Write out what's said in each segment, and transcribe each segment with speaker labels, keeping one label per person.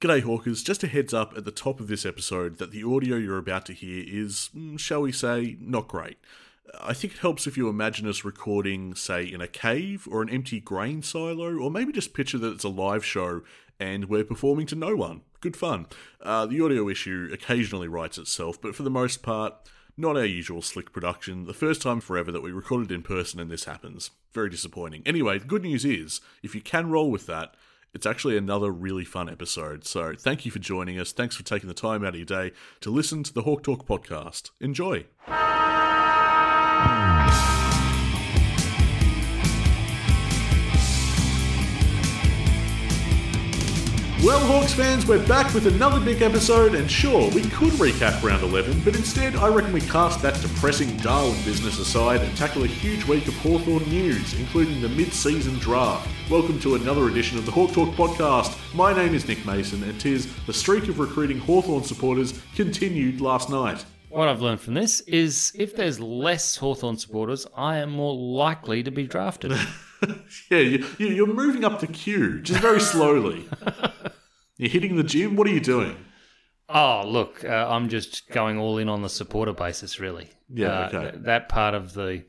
Speaker 1: G'day, Hawkers. Just a heads up at the top of this episode that the audio you're about to hear is, mm, shall we say, not great. I think it helps if you imagine us recording, say, in a cave or an empty grain silo, or maybe just picture that it's a live show and we're performing to no one. Good fun. Uh, the audio issue occasionally writes itself, but for the most part, not our usual slick production. The first time forever that we recorded in person and this happens. Very disappointing. Anyway, the good news is, if you can roll with that, it's actually another really fun episode. So thank you for joining us. Thanks for taking the time out of your day to listen to the Hawk Talk podcast. Enjoy. Well, Hawks fans, we're back with another big episode, and sure, we could recap round 11, but instead, I reckon we cast that depressing Darwin business aside and tackle a huge week of Hawthorn news, including the mid season draft. Welcome to another edition of the Hawk Talk podcast. My name is Nick Mason, and 'tis the streak of recruiting Hawthorn supporters continued last night.
Speaker 2: What I've learned from this is if there's less Hawthorn supporters, I am more likely to be drafted.
Speaker 1: Yeah, you, you- you're moving up the queue, just very slowly. you're hitting the gym, what are you doing?
Speaker 2: oh, look, uh, I'm just going all in on the supporter basis, really.
Speaker 1: Yeah,
Speaker 2: Uh,
Speaker 1: okay.
Speaker 2: th- that part of the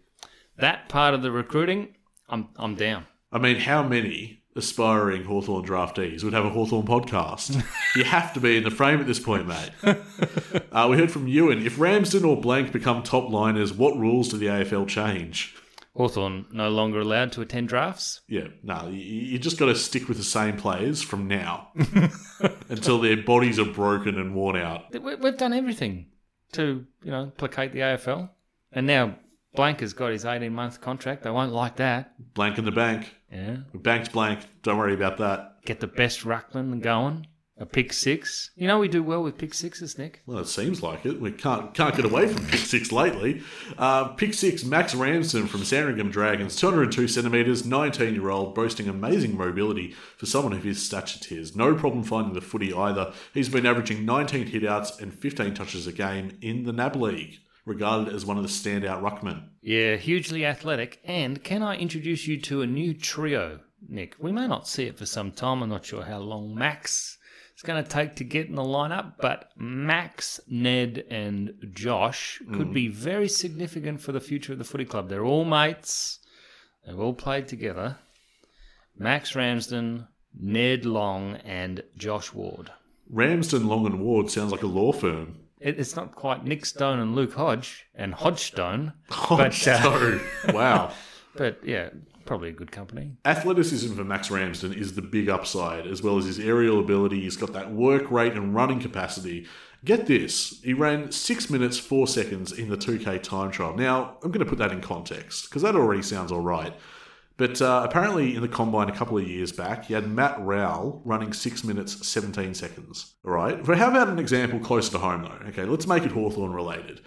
Speaker 2: that part of the recruiting, I'm I'm down.
Speaker 1: I mean, how many aspiring Hawthorn draftees would have a Hawthorn podcast? you have to be in the frame at this point, mate. uh, we heard from Ewan. If Ramsden or Blank become top liners, what rules do the AFL change?
Speaker 2: Hawthorn no longer allowed to attend drafts.
Speaker 1: Yeah, no, you, you just got to stick with the same players from now until their bodies are broken and worn out.
Speaker 2: We- We've done everything to you know placate the AFL, and now Blank has got his 18 month contract. They won't like that.
Speaker 1: Blank in the bank.
Speaker 2: Yeah,
Speaker 1: Bank's blank. Don't worry about that.
Speaker 2: get the best ruckman going. A pick six. You know we do well with pick sixes, Nick.
Speaker 1: Well, it seems like it. We can't can't get away from pick six lately. Uh, pick six, Max Ramsden from Sandringham Dragons, 202 centimetres, 19 year old, boasting amazing mobility for someone of his stature tiers. No problem finding the footy either. He's been averaging 19 hitouts and 15 touches a game in the NAB League, regarded as one of the standout ruckmen.
Speaker 2: Yeah, hugely athletic. And can I introduce you to a new trio, Nick? We may not see it for some time. I'm not sure how long Max is going to take to get in the lineup, but Max, Ned, and Josh could be very significant for the future of the footy club. They're all mates, they've all played together. Max Ramsden, Ned Long, and Josh Ward.
Speaker 1: Ramsden, Long and Ward sounds like a law firm.
Speaker 2: It, it's not quite Nick Stone and Luke Hodge and Hodgestone,
Speaker 1: Oh,
Speaker 2: But, uh,
Speaker 1: so, wow.
Speaker 2: but yeah, probably a good company.
Speaker 1: Athleticism for Max Ramsden is the big upside, as well as his aerial ability. He's got that work rate and running capacity. Get this, he ran 6 minutes 4 seconds in the 2K time trial. Now, I'm going to put that in context, because that already sounds all right. But uh, apparently, in the combine a couple of years back, you had Matt Rowell running 6 minutes 17 seconds. All right. But how about an example closer to home, though? Okay, let's make it Hawthorn related.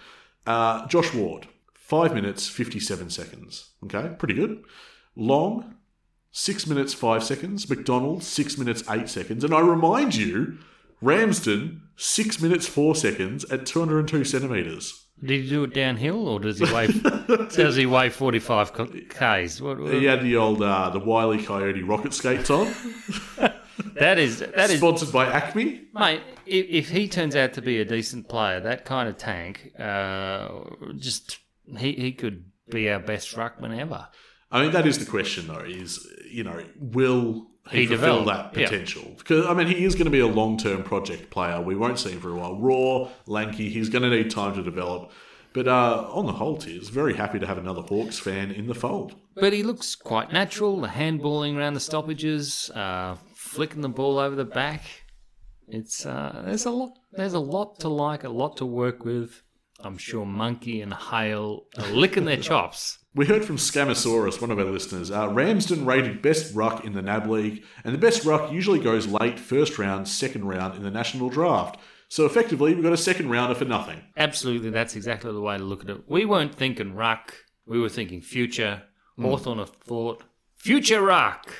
Speaker 1: Uh, Josh Ward, 5 minutes 57 seconds. Okay, pretty good. Long, six minutes five seconds. McDonald six minutes eight seconds. And I remind you, Ramsden six minutes four seconds at two hundred and two centimeters.
Speaker 2: Did he do it downhill, or does he weigh? does he weigh forty-five co- k's? What, what-
Speaker 1: He had the old uh, the Wiley Coyote rocket skates on,
Speaker 2: That is that is,
Speaker 1: sponsored by Acme.
Speaker 2: mate. If, if he turns out to be a decent player, that kind of tank, uh, just he he could be our best ruckman ever.
Speaker 1: I mean, that is the question though. Is you know will he,
Speaker 2: He
Speaker 1: fulfill
Speaker 2: developed,
Speaker 1: that
Speaker 2: yeah.
Speaker 1: potential? Because I mean, he is going to be a long term project player. We won't see him for a while. Raw, lanky. He's going to need time to develop. But uh, on the whole, Tiz, very happy to have another Hawks fan in the fold.
Speaker 2: But he looks quite natural. The handballing around the stoppages, uh, flicking the ball over the back. It's uh, there's a lot there's a lot to like, a lot to work with. I'm sure Monkey and Hale are licking their chops.
Speaker 1: We heard from Scamasaurus, one of our listeners. Uh, Ramsden rated best ruck in the NAB League, and the best ruck usually goes late, first round, second round in the national draft. So effectively, we've got a second rounder for nothing.
Speaker 2: Absolutely, that's exactly the way to look at it. We weren't thinking ruck, we were thinking future.
Speaker 1: Hmm.
Speaker 2: Hawthorne have thought future ruck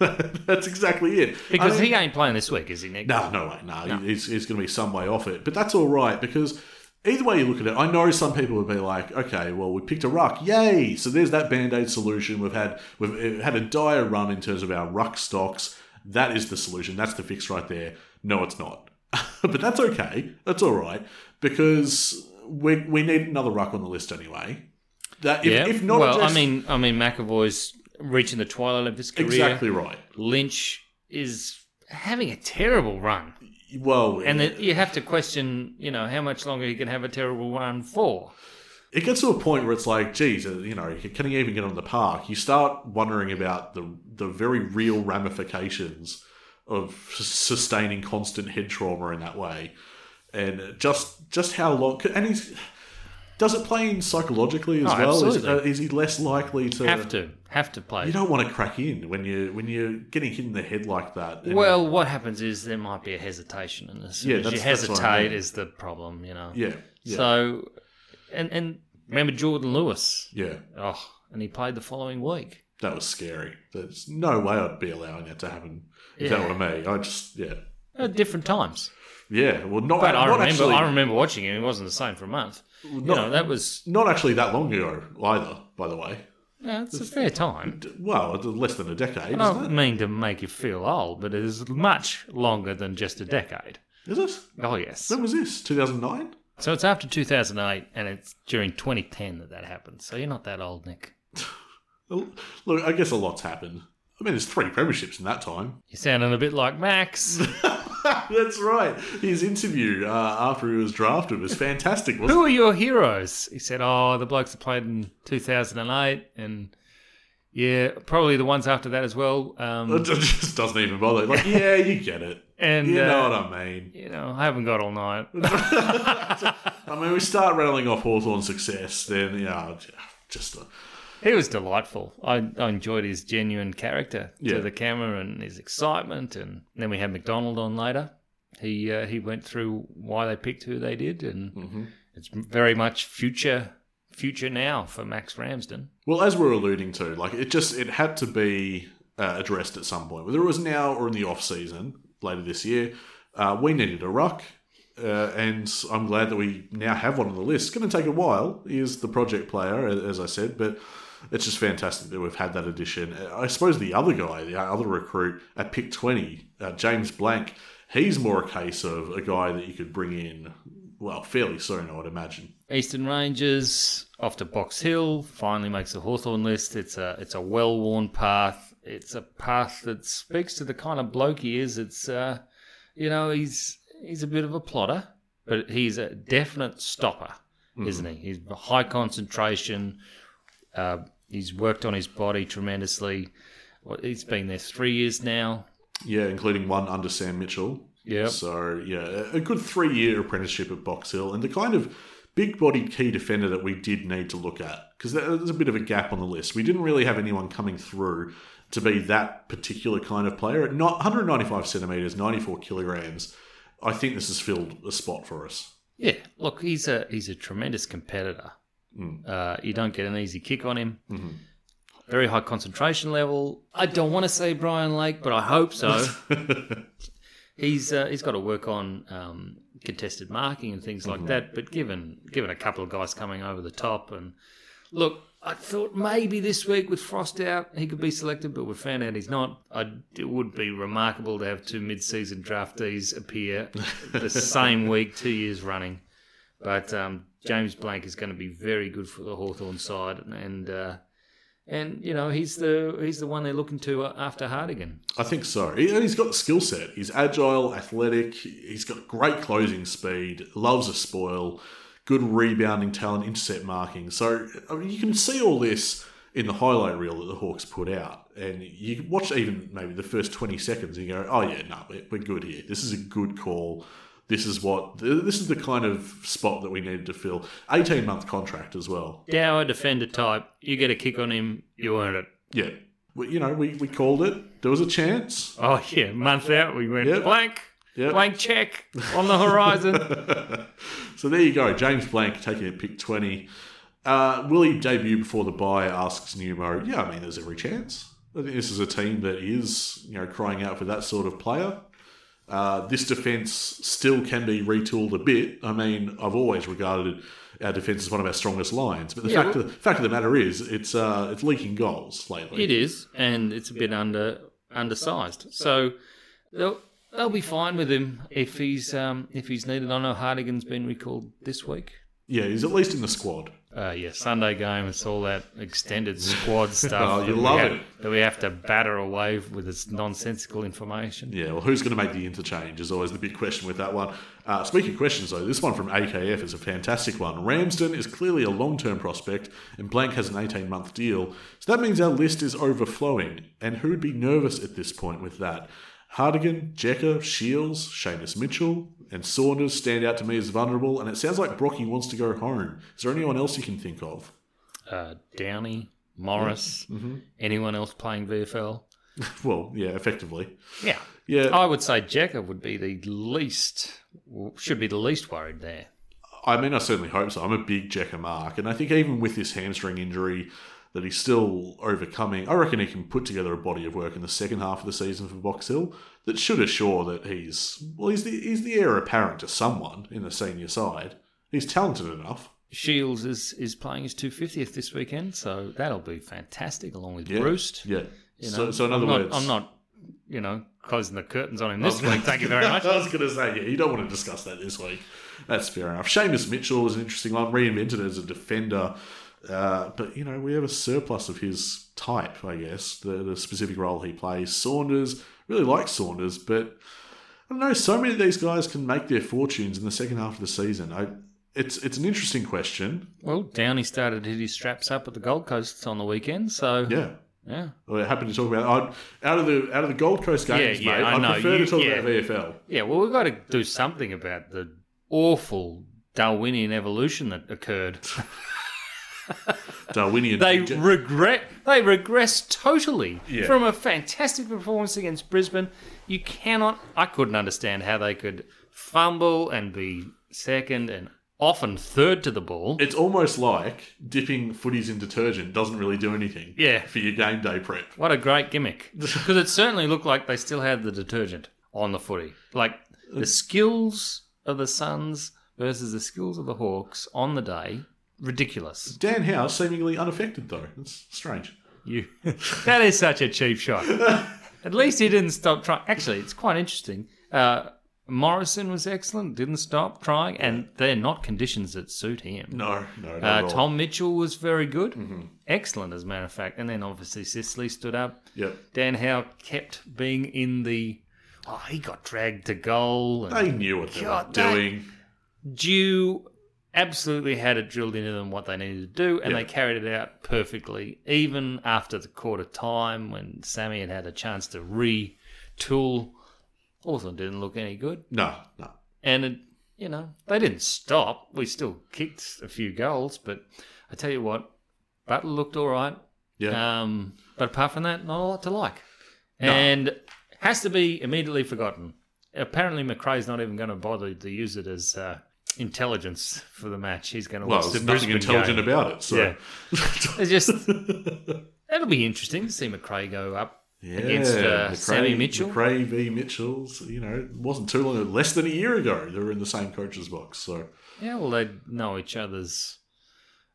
Speaker 1: That's exactly it.
Speaker 2: because
Speaker 1: I mean-
Speaker 2: he ain't playing this week, is he, Nick?
Speaker 1: No, no way, no. He's, he's going to be some way off it. But that's all right because either way you look at it, I know some people would be like, okay, well, we picked a ruck. Yay. So there's that band aid solution. We've had, we've uh, had a dire run in terms of our ruck stocks. That is the solution. That's the fix right there. No, it's not. but that's okay. That's all right because we we need another ruck on the list anyway. That if,
Speaker 2: yeah.
Speaker 1: if not,
Speaker 2: well, I
Speaker 1: addressed-
Speaker 2: mean, I mean, McAvoy's reaching the twilight of his career.
Speaker 1: exactly right.
Speaker 2: Lynch is having a terrible run,
Speaker 1: Well,
Speaker 2: and it, you have to question, you know, how much longer he can have a terrible run for.
Speaker 1: it gets to a point where it's like, geez, uh, you know, can he even get on the park? You start wondering about the the very real ramifications of s- sustaining constant head trauma in that way, and just just how long. And he's does it play in psychologically as
Speaker 2: Oh,
Speaker 1: well? Is,
Speaker 2: absolutely.
Speaker 1: uh, is he less likely to?
Speaker 2: Have to, have to play.
Speaker 1: You don't want to crack in when you when you're getting hit in the head like that. And-
Speaker 2: well, what happens is there might be a hesitation, and as soon
Speaker 1: Yeah,
Speaker 2: as you
Speaker 1: that's- that's
Speaker 2: hesitate,
Speaker 1: what I mean.
Speaker 2: is the problem, you know.
Speaker 1: yeah, yeah,
Speaker 2: So, and and remember Jordan Lewis?
Speaker 1: yeah.
Speaker 2: Oh, and he played the following week.
Speaker 1: That was scary. There's no way I'd be allowing that to happen if
Speaker 2: Yeah.
Speaker 1: that were me. I just yeah.
Speaker 2: At different times,
Speaker 1: Yeah, well, not,
Speaker 2: but
Speaker 1: not
Speaker 2: I remember
Speaker 1: actually,
Speaker 2: I remember watching him. He wasn't the same for a month. you
Speaker 1: not,
Speaker 2: know, that was
Speaker 1: not actually that long ago either. By the way,
Speaker 2: yeah, it's a fair time.
Speaker 1: D- well, less than a decade,
Speaker 2: I don't
Speaker 1: isn't
Speaker 2: mean to make you feel old, but it is much longer than just a decade.
Speaker 1: it? Is it?
Speaker 2: Oh yes.
Speaker 1: When was this? Two thousand nine?
Speaker 2: So it's after 2008, and it's during 2010 that that happened. So you're not that old, Nick.
Speaker 1: Look, I guess a lot's happened. I mean, there's three premierships in that time.
Speaker 2: You're sounding a bit like Max.
Speaker 1: That's right. His interview uh, after he was drafted was fantastic, wasn't
Speaker 2: Who are your heroes? He said, Oh, the blokes that played in 2008 and yeah, probably the ones after that as well.
Speaker 1: it? It
Speaker 2: Um,
Speaker 1: just doesn't even bother. Like, yeah, you get it.
Speaker 2: and
Speaker 1: you know
Speaker 2: uh,
Speaker 1: what I mean.
Speaker 2: you know, I haven't got all night.
Speaker 1: I mean, we start rattling off Hawthorne's success, then yeah, just uh,
Speaker 2: he was delightful. I, I enjoyed his genuine character
Speaker 1: Yeah.
Speaker 2: to the camera and his excitement. And then we had McDonald on later. He uh, he went through why they picked who they did, and
Speaker 1: Mm-hmm.
Speaker 2: it's very much future future now for Max Ramsden.
Speaker 1: Well, as we're alluding to, like it just it had to be uh, addressed at some point, whether it was now or in the off season later this year. Uh, we needed a ruck, uh, and I'm glad that we now have one on the list. It's going to take a while. He is the project player, a- as I said, but it's just fantastic that we've had that addition. Uh, I suppose the other guy, the uh, other recruit at pick 20, uh, James Blank, he's more a case of a guy that you could bring in, well, fairly soon, I would imagine.
Speaker 2: Eastern Rangers off to Box Hill finally makes the Hawthorn list. It's a it's a well worn path. It's a path that speaks to the kind of bloke he is. It's uh, you know he's he's a bit of a plotter, but he's a definite stopper, isn't he? He's high concentration. Uh, he's worked on his body tremendously. Well, He's been there three years now.
Speaker 1: Yeah, including one under Sam Mitchell.
Speaker 2: Yep.
Speaker 1: So yeah, a good three-year apprenticeship at Box Hill, and the kind of big-bodied key defender that we did need to look at because there's a bit of a gap on the list. We didn't really have anyone coming through to be that particular kind of player. At not 195 centimeters, 94 kilograms. I think this has filled a spot for us.
Speaker 2: Yeah, look, he's a he's a tremendous competitor. Uh, you don't get an easy kick on him. Very high concentration level. I don't want to say Brian Lake, but I hope so. he's uh, he's got to work on um, contested marking and things like that. But given given a couple of guys coming over the top and look, I thought maybe this week with Frost out he could be selected, but we found out he's not. I, it would be remarkable to have two mid-season draftees appear the same week, two years running. But um, James Blank is going to be very good for the Hawthorn side, and and, uh, and you know he's the he's the one they're looking to uh, after Hardigan.
Speaker 1: I think so. He- He's got the skill set. He's agile, athletic. He's got great closing speed. Loves a spoil. Good rebounding talent, intercept marking. So I mean, you can see all this in the highlight reel that the Hawks put out, and you watch even maybe the first twenty seconds and you go, "Oh yeah, no, we- we're good here. This is a good call. This is what. th- This is the kind of spot that we needed to fill. Eighteen month contract as well.
Speaker 2: Dower defender type. You get a kick on him, you earn it.
Speaker 1: Yeah, we, you know, we we called it. There was a chance.
Speaker 2: Oh yeah, month out we went
Speaker 1: Yep.
Speaker 2: blank,
Speaker 1: Yep.
Speaker 2: blank check on the horizon.
Speaker 1: So there you go, James Blank taking a pick 20. Uh, will he debut before the bye? Asks Newmo. Yeah, I mean, there's every chance. I think this is a team that is, you know, crying out for that sort of player. Uh, this defense still can be retooled a bit. I mean, I've always regarded our defense as one of our strongest lines, but the
Speaker 2: Yeah,
Speaker 1: fact,
Speaker 2: well-
Speaker 1: of, fact of the matter is, it's uh, it's leaking goals lately.
Speaker 2: It is, and it's a bit under undersized. So they'll- They'll be fine with him if he's um, if he's needed. I know Hardigan's been recalled this week.
Speaker 1: Yeah, he's at least in the squad.
Speaker 2: Uh, yeah, Sunday game. It's all that extended squad
Speaker 1: Oh,
Speaker 2: stuff.
Speaker 1: you
Speaker 2: that we
Speaker 1: love
Speaker 2: have-
Speaker 1: it.
Speaker 2: that we have to batter away with its nonsensical information.
Speaker 1: Yeah, well, who's going to make the interchange is always the big question with that one. Uh, speaking of questions, though, this one from AKF is a fantastic one. Ramsden is clearly a long term prospect, and Blank has an 18 month deal. So that means our list is overflowing. And who would be nervous at this point with that? Hardigan, Jecker, Shields, Seamus Mitchell, and Saunders stand out to me as vulnerable. And it sounds like Brocky wants to go home. Is there anyone else you can think of?
Speaker 2: Uh, Downey, Morris,
Speaker 1: Mm-hmm.
Speaker 2: anyone else playing VFL?
Speaker 1: Well, yeah, effectively.
Speaker 2: Yeah,
Speaker 1: Yeah.
Speaker 2: I would say Jekka would be the least should be the least worried there.
Speaker 1: I mean, I certainly hope so. I'm a big Jecker Mark, and I think even with this hamstring injury that he's still overcoming, I reckon he can put together a body of work in the second half of the season for Box Hill that should assure that he's well, he's the he's the heir apparent to someone in the senior side. He's talented enough.
Speaker 2: Shields is is playing his 250th this weekend, so that'll be fantastic along with
Speaker 1: Yeah.
Speaker 2: Bruce.
Speaker 1: Yeah.
Speaker 2: you
Speaker 1: so,
Speaker 2: know.
Speaker 1: so in other
Speaker 2: I'm not-
Speaker 1: words, Oh.
Speaker 2: I'm not, you know, closing the curtains on him this week. Thank you very much.
Speaker 1: I was going to say, yeah, you don't want to discuss that this week. That's fair enough. Seamus Mitchell is an interesting one, reinvented as a defender. Uh, but, you know, we have a surplus of his type, I guess, the, the specific role he plays. Saunders, really like Saunders, but I don't know, so many of these guys can make their fortunes in the second half of the season. I, it's, it's an interesting question.
Speaker 2: Well, Downey started to hit his straps up at the Gold Coast on the weekend, so yeah,
Speaker 1: Yeah.
Speaker 2: yeah,
Speaker 1: We're happy to talk about I'd, out of the out of the Gold Coast games,
Speaker 2: Yeah, yeah,
Speaker 1: mate.
Speaker 2: I
Speaker 1: I,
Speaker 2: know.
Speaker 1: prefer
Speaker 2: You-
Speaker 1: to talk
Speaker 2: yeah.
Speaker 1: about VFL.
Speaker 2: Well, we've got to do something about the awful Darwinian evolution that occurred.
Speaker 1: Darwinian.
Speaker 2: They regret. They regress totally
Speaker 1: Yeah.
Speaker 2: from a fantastic performance against Brisbane. You cannot. I couldn't understand how they could fumble and be second and often third to the ball.
Speaker 1: It's almost like dipping footies in detergent doesn't really do anything.
Speaker 2: Yeah.
Speaker 1: For your game day prep.
Speaker 2: What a great gimmick! Because it certainly looked like they still had the detergent on the footy. Like the skills of the Suns versus the skills of the Hawks on the day. Ridiculous!
Speaker 1: Dan Howe seemingly unaffected though. It's strange.
Speaker 2: You. that is such a cheap shot. At least he didn't stop trying. Actually, it's quite interesting. Uh, Morrison was excellent, didn't stop trying, and they're not conditions that suit him.
Speaker 1: No, no, not at
Speaker 2: Uh,
Speaker 1: all. Mm-hmm.
Speaker 2: Tom Mitchell was very good, excellent as a matter of fact, and then obviously Sicily stood up.
Speaker 1: Yep.
Speaker 2: Dan Howe kept being in the. Oh, he got dragged to goal. And
Speaker 1: They knew what they were
Speaker 2: God, they-
Speaker 1: doing.
Speaker 2: Dew absolutely had it drilled into them what they needed to do, and
Speaker 1: Yeah.
Speaker 2: they carried it out perfectly, even after the quarter time when Sammy had had a chance to retool. Also, didn't look any good.
Speaker 1: No, no.
Speaker 2: And, it, you know, they didn't stop. We still kicked a few goals, but I tell you what, Butler looked all right.
Speaker 1: Yeah.
Speaker 2: Um, but apart from that, not a lot to like. And has to be immediately forgotten. Apparently, McRae's not even going to bother to use it as uh, intelligence for the match. He's going to
Speaker 1: well,
Speaker 2: watch the
Speaker 1: there's
Speaker 2: Brisbane
Speaker 1: nothing intelligent
Speaker 2: game.
Speaker 1: about it. So
Speaker 2: Yeah. It's just it'll be interesting to see McRae go up
Speaker 1: Yeah,
Speaker 2: against uh,
Speaker 1: McRae-
Speaker 2: Sammy Mitchell.
Speaker 1: McRae v Mitchell's, you know, it wasn't too long, less than a year ago, they were in the same coach's box. So,
Speaker 2: Yeah, well, they know each other's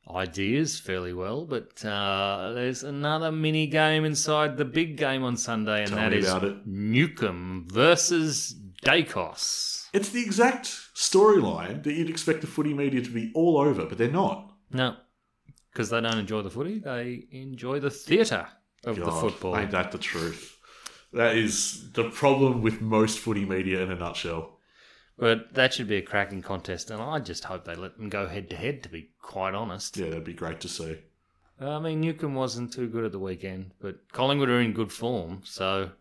Speaker 2: ideas fairly well, but uh, there's another mini game inside the big game on Sunday, and
Speaker 1: Tell
Speaker 2: that
Speaker 1: me
Speaker 2: is
Speaker 1: about it.
Speaker 2: Newcomb versus Dacos.
Speaker 1: it's the exact storyline that you'd expect the footy media to be all over, but they're not.
Speaker 2: No, because they don't enjoy the footy; they enjoy the theatre of the
Speaker 1: Oh, God,
Speaker 2: football.
Speaker 1: Ain't that the truth? That is the problem with most footy media in a nutshell.
Speaker 2: But that should be a cracking contest, and I just hope they let them go head to head. To be quite honest,
Speaker 1: Yeah, that'd be great to see.
Speaker 2: I mean Newcomb wasn't too good at the weekend, but Collingwood are in good form. So,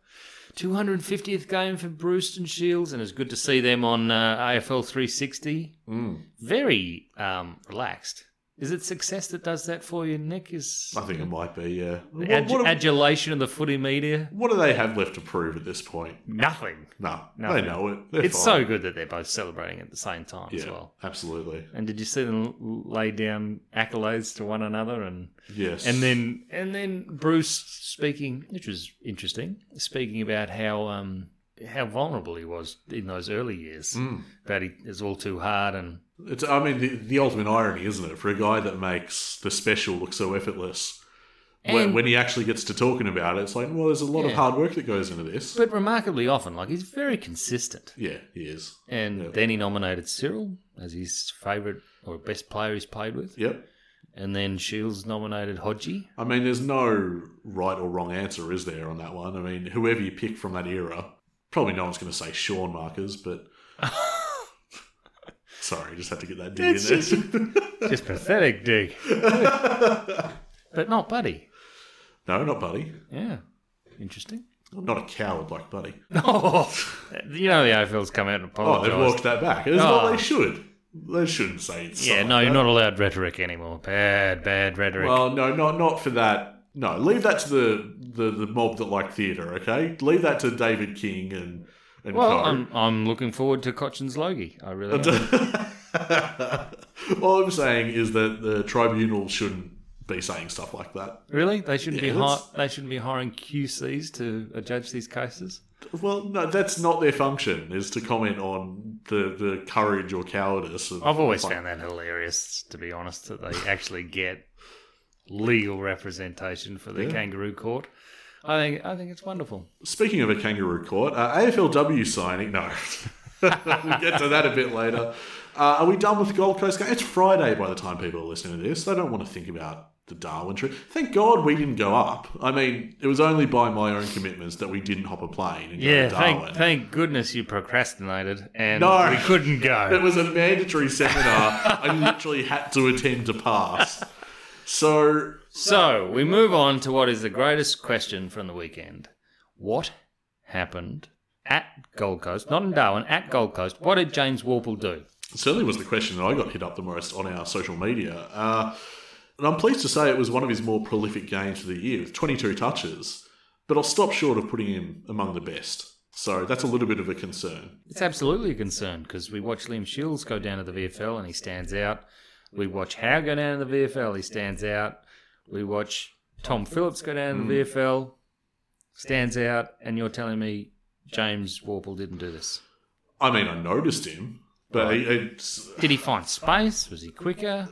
Speaker 2: 250th game for Bruce and Shields, and it's good to see them on uh, AFL 360.
Speaker 1: Mm.
Speaker 2: Very um, relaxed. Is it success that does that for you, Nick? Is
Speaker 1: I think it might be, yeah.
Speaker 2: the
Speaker 1: What,
Speaker 2: ad-
Speaker 1: what, do-
Speaker 2: adulation of the footy media?
Speaker 1: what do they have left to prove at this point?
Speaker 2: Nothing.
Speaker 1: No,
Speaker 2: Nothing.
Speaker 1: they know it. They're
Speaker 2: It's
Speaker 1: fine.
Speaker 2: so good that they're both celebrating at the same time
Speaker 1: yeah,
Speaker 2: as well.
Speaker 1: absolutely.
Speaker 2: And did you see them l- lay down accolades to one another and
Speaker 1: Yes.
Speaker 2: and then and then Bruce speaking, which was interesting, speaking about how um how vulnerable he was in those early years.
Speaker 1: Mm.
Speaker 2: About he is all too hard and
Speaker 1: It's, I mean, the, the ultimate irony, isn't it, for a guy that makes the special look so effortless when,
Speaker 2: And-
Speaker 1: when he actually gets to talking about it, it's like, well, there's a lot of
Speaker 2: Yeah.
Speaker 1: hard work that goes into this.
Speaker 2: But remarkably often, like he's very consistent.
Speaker 1: Yeah, he is.
Speaker 2: And
Speaker 1: Yeah.
Speaker 2: then he nominated Cyril as his favourite or best player he's played with.
Speaker 1: Yep.
Speaker 2: And then Shields nominated Hodgie.
Speaker 1: I mean, there's no right or wrong answer, is there, on that one? I mean, whoever you pick from that era, probably no one's going to say Sean Markers, but. Sorry, just had to get that D
Speaker 2: It's
Speaker 1: in
Speaker 2: Just pathetic, Dick.
Speaker 1: there.
Speaker 2: But not Buddy.
Speaker 1: no, not Buddy.
Speaker 2: Yeah. Interesting.
Speaker 1: I'm not a coward like Buddy.
Speaker 2: Oh, you know the AFL's come out and
Speaker 1: Oh,
Speaker 2: apologised.
Speaker 1: they've walked that back. It's what
Speaker 2: Oh.
Speaker 1: they should. They shouldn't say it's.
Speaker 2: yeah, no, you're not allowed rhetoric anymore. Bad, bad rhetoric.
Speaker 1: Well, no, not not for that. No, leave that to the the, the mob that like theatre. Okay, leave that to David King and and
Speaker 2: Well,
Speaker 1: co.
Speaker 2: I'm, I'm looking forward to Cochin's Logie. I really am.
Speaker 1: All I'm saying is that the tribunal shouldn't be saying stuff like that.
Speaker 2: Really? They shouldn't
Speaker 1: Yeah,
Speaker 2: be hi-
Speaker 1: that's-
Speaker 2: they shouldn't be hiring QCs to uh, judge these cases.
Speaker 1: Well, no, that's not their function. Is to comment on the, the courage or cowardice. Of,
Speaker 2: I've always found that hilarious, to be honest, that they actually get legal representation for the
Speaker 1: Yeah.
Speaker 2: kangaroo court. I think I think it's wonderful.
Speaker 1: Speaking of a kangaroo court, uh, AFLW signing. No, we'll get to that a bit later. Uh, are we done with the Gold Coast game? It's Friday by the time people are listening to this. They don't want to think about the Darwin trip. Thank God we didn't go up. I mean, it was only by my own commitments that we didn't hop a plane and go to
Speaker 2: Yeah,
Speaker 1: Darwin.
Speaker 2: thank thank goodness you procrastinated and
Speaker 1: No.
Speaker 2: we couldn't
Speaker 1: It
Speaker 2: go.
Speaker 1: was a mandatory seminar. I literally had to attend to pass. So
Speaker 2: So we move on to what is the greatest question from the weekend. What happened at Gold Coast? Not in Darwin, at Gold Coast. What did James Warple do?
Speaker 1: certainly was the question that I got hit up the most on our social media. Uh, and I'm pleased to say it was one of his more prolific games of the year with 22 touches, but I'll stop short of putting him among the best. So that's a little bit of a concern.
Speaker 2: It's absolutely a concern because we watch Liam Shields go down to the VFL and he stands out. We watch Howe go down to the VFL, he stands out. We watch Tom Phillips go down to
Speaker 1: Hmm.
Speaker 2: the VFL, stands out. And you're telling me James Warple didn't do this?
Speaker 1: I mean, I noticed him, but he it's,
Speaker 2: Did he find space? Was he quicker?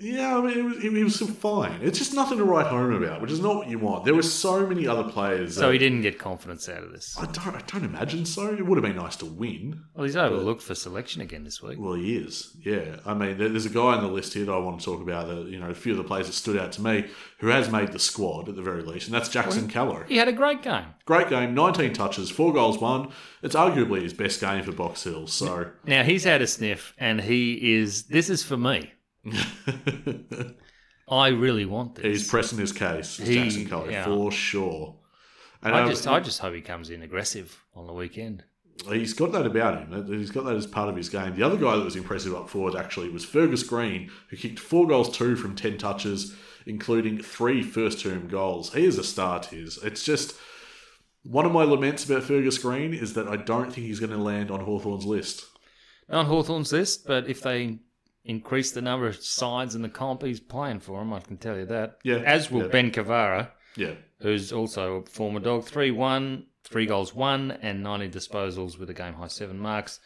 Speaker 1: yeah, I mean, it was, it was fine. It's just nothing to write home about, which is not what you want. There were so many other players.
Speaker 2: So
Speaker 1: that-
Speaker 2: he didn't get confidence out of this.
Speaker 1: I don't, I don't imagine so. It would have been nice to win.
Speaker 2: Well, he's overlooked for selection again this week.
Speaker 1: Well, he is. Yeah. I mean, there- there's a guy on the list here that I want to talk about. That, you know, a few of the players that stood out to me who has made the squad at the very least, and that's Jackson Callow.
Speaker 2: He had a great game.
Speaker 1: Great game, 19 touches, four goals, one. It's arguably his best game for Box Hill. So,
Speaker 2: Now he's had a sniff and he is, this is for me. I really want this.
Speaker 1: he's pressing his case, is
Speaker 2: He-
Speaker 1: Jackson Callow
Speaker 2: yeah.
Speaker 1: for sure. And
Speaker 2: I
Speaker 1: um,
Speaker 2: just, I just hope he comes in aggressive on the weekend.
Speaker 1: He's got that about him. That- He's got that as part of his game. The other guy that was impressive up forward actually was Fergus Green, who kicked four goals, two from ten touches, including three first term goals. He is a star. Tis. It's just one of my laments about Fergus Green is that I don't think he's going to land on Hawthorn's list.
Speaker 2: Not on Hawthorne's list, but if they increase the number of sides in the comp, he's playing for him. I can tell you that.
Speaker 1: Yeah,
Speaker 2: As will
Speaker 1: yeah.
Speaker 2: Ben Cavara,
Speaker 1: Yeah,
Speaker 2: who's also a former dog. Three-one, three goals, one, and ninety disposals with a game high seven marks.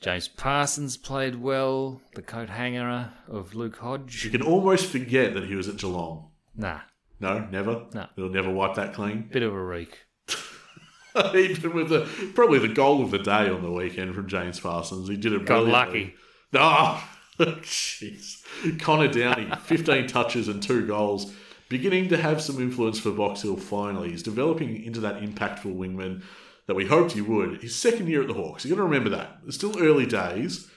Speaker 2: James Parsons played well. The coat hanger of Luke
Speaker 1: you
Speaker 2: Hodge.
Speaker 1: can almost forget that he was at Geelong.
Speaker 2: Nah,
Speaker 1: No, never.
Speaker 2: No.
Speaker 1: he'll never wipe that clean.
Speaker 2: bit of a reek.
Speaker 1: Even with the probably the goal of the day on the weekend from James Parsons, he did it.
Speaker 2: Got
Speaker 1: brilliantly.
Speaker 2: lucky.
Speaker 1: Ah, jeez. Connor Downey, 15 touches and two goals. Beginning to have some influence for Box Hill finally. He's developing into that impactful wingman that we hoped he would. His second year at the Hawks. You've got to remember that. It's still early days.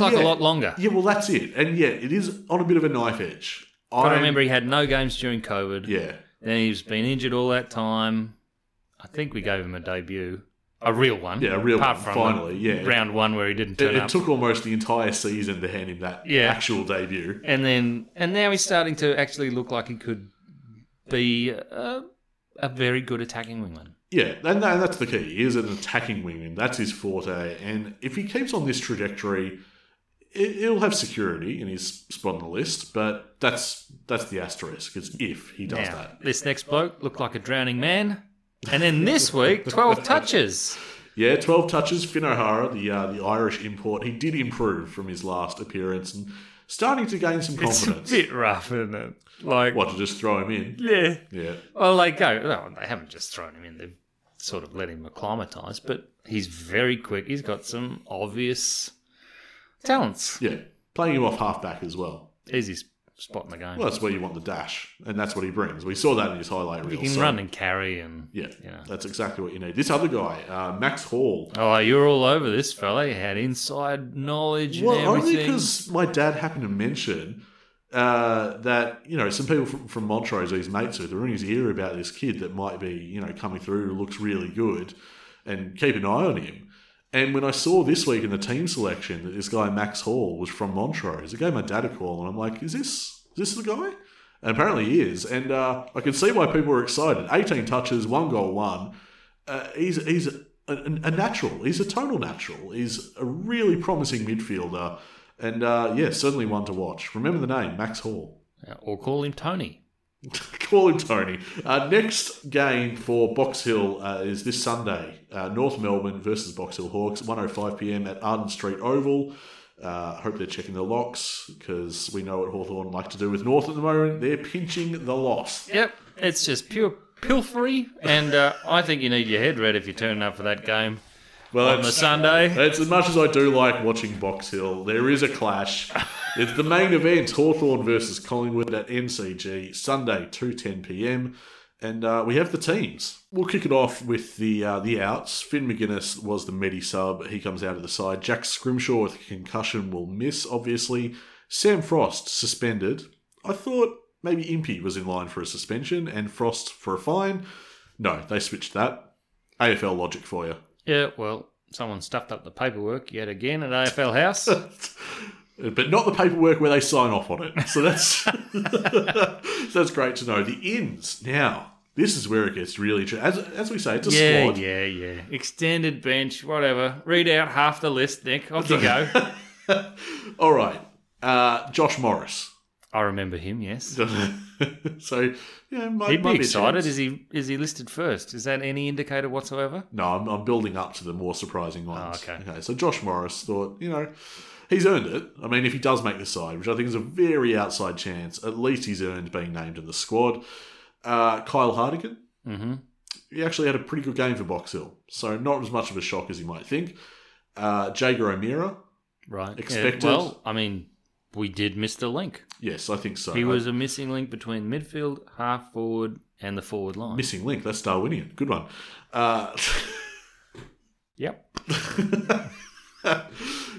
Speaker 1: And
Speaker 2: like a
Speaker 1: yeah-
Speaker 2: lot longer.
Speaker 1: Yeah, well, that's it. And yet, it is on a bit of a knife edge.
Speaker 2: Got to
Speaker 1: I'm-
Speaker 2: remember he had no games during COVID.
Speaker 1: Yeah.
Speaker 2: Then he's been injured all that time. I think we gave him a debut, a real one.
Speaker 1: Yeah, a real
Speaker 2: Apart
Speaker 1: one,
Speaker 2: From
Speaker 1: finally,
Speaker 2: the
Speaker 1: yeah.
Speaker 2: round one where he didn't
Speaker 1: It,
Speaker 2: turn
Speaker 1: it
Speaker 2: up,
Speaker 1: took almost the entire season to hand him that
Speaker 2: Yeah.
Speaker 1: actual debut.
Speaker 2: and then and now he's starting to actually look like he could be a, a very good attacking wingman.
Speaker 1: Yeah, and, that, and that's the key. He is an attacking wingman. That's his forte. And if he keeps on this trajectory, it, it'll have security in his spot on the list. But that's that's the asterisk. It's if he does
Speaker 2: now,
Speaker 1: that.
Speaker 2: this next bloke looked like a drowning man, and then this week, twelve touches.
Speaker 1: Yeah, twelve touches. Finn O'Hara, the uh, the Irish import, he did improve from his last appearance and starting to gain some
Speaker 2: It's a
Speaker 1: confidence.
Speaker 2: bit rough, isn't it? Like,
Speaker 1: What to just throw him in?
Speaker 2: yeah.
Speaker 1: Yeah,
Speaker 2: Well, they go. Well, they haven't just thrown him in. They've sort of let him acclimatise, but he's very quick. He's got some obvious talents.
Speaker 1: yeah. Playing him off halfback as well.
Speaker 2: Easy s- spot in the game.
Speaker 1: Well, that's where you want the dash, and that's what he brings. We saw that in his highlight
Speaker 2: he
Speaker 1: reel.
Speaker 2: can
Speaker 1: so-
Speaker 2: run and carry, and
Speaker 1: Yeah,
Speaker 2: you know.
Speaker 1: that's exactly what you need. This other guy, uh, Max Hall.
Speaker 2: Oh, you're all over this fella. He had inside knowledge
Speaker 1: Well,
Speaker 2: and
Speaker 1: only
Speaker 2: everything.
Speaker 1: because my dad happened to mention uh, that you know some people from, from Montrose he's mates with are in his ear about this kid that might be you know coming through who looks really good, and keep an eye on him. And when I saw this week in the team selection that this guy Max Hall was from Montrose, I gave my dad a call and I'm like, "Is this is this the guy?" And apparently he is. And uh, I can see why people are excited. 18 touches, one goal, one. Uh, he's he's a, a, a natural. He's a total natural. He's a really promising midfielder. And uh, yeah, certainly one to watch. Remember the name, Max Hall.
Speaker 2: Yeah, Uh, or call him Tony.
Speaker 1: Call him Tony. Uh, next game for Box Hill uh, is this Sunday. Uh, North Melbourne versus Box Hill Hawks, 1.05 p.m. at Arden Street Oval. Uh, hope they're checking their locks because we know what Hawthorn like to do with North at the moment. They're pinching the loss.
Speaker 2: Yep, it's just pure pilfery, and uh, I think you need your head read if you're turning up for that game
Speaker 1: Well,
Speaker 2: on the
Speaker 1: that's-
Speaker 2: Sunday.
Speaker 1: It's as much as I do like watching Box Hill, there is a clash. it's the main event, Hawthorn versus Collingwood at MCG, Sunday, 2.10 p.m. And uh, we have the teams. We'll kick it off with the uh, the outs. Finn McGuinness was the medi sub. He comes out of the side. Jack Scrimshaw with a concussion will miss, obviously. Sam Frost suspended. I thought maybe Impey was in line for a suspension and Frost for a fine. No, they switched that. AFL logic for you.
Speaker 2: Yeah, well, someone stuffed up the paperwork yet again at AFL House.
Speaker 1: but not the paperwork where they sign off on it. So that's so that's great to know. The ins now. This is where it gets really tr- as as we say, it's a
Speaker 2: yeah,
Speaker 1: squad.
Speaker 2: yeah, yeah. Extended bench, whatever. Read out half the list, Nick. Off you go.
Speaker 1: All right, uh, Josh Morris.
Speaker 2: I remember him. Yes,
Speaker 1: so yeah, might, might
Speaker 2: he'd be
Speaker 1: a
Speaker 2: excited.
Speaker 1: chance.
Speaker 2: Is he? Is he listed first? Is that any indicator whatsoever?
Speaker 1: No, I'm, I'm building up to the more surprising ones.
Speaker 2: Oh, okay.
Speaker 1: So Josh Morris thought, you know, he's earned it. I mean, if he does make the side, which I think is a very outside chance, at least he's earned being named in the squad. Uh, Kyle Hardigan.
Speaker 2: Mm-hmm.
Speaker 1: he actually had a pretty good game for Box Hill, so not as much of a shock as you might think. Uh, Jager O'Meara,
Speaker 2: Right. Yeah,
Speaker 1: Expected.
Speaker 2: well, I mean, we did miss the link.
Speaker 1: yes, I think so.
Speaker 2: He was a missing link between midfield, half forward, and the forward line.
Speaker 1: Uh, missing link. That's Darwinian. Good one. Uh,
Speaker 2: Yep.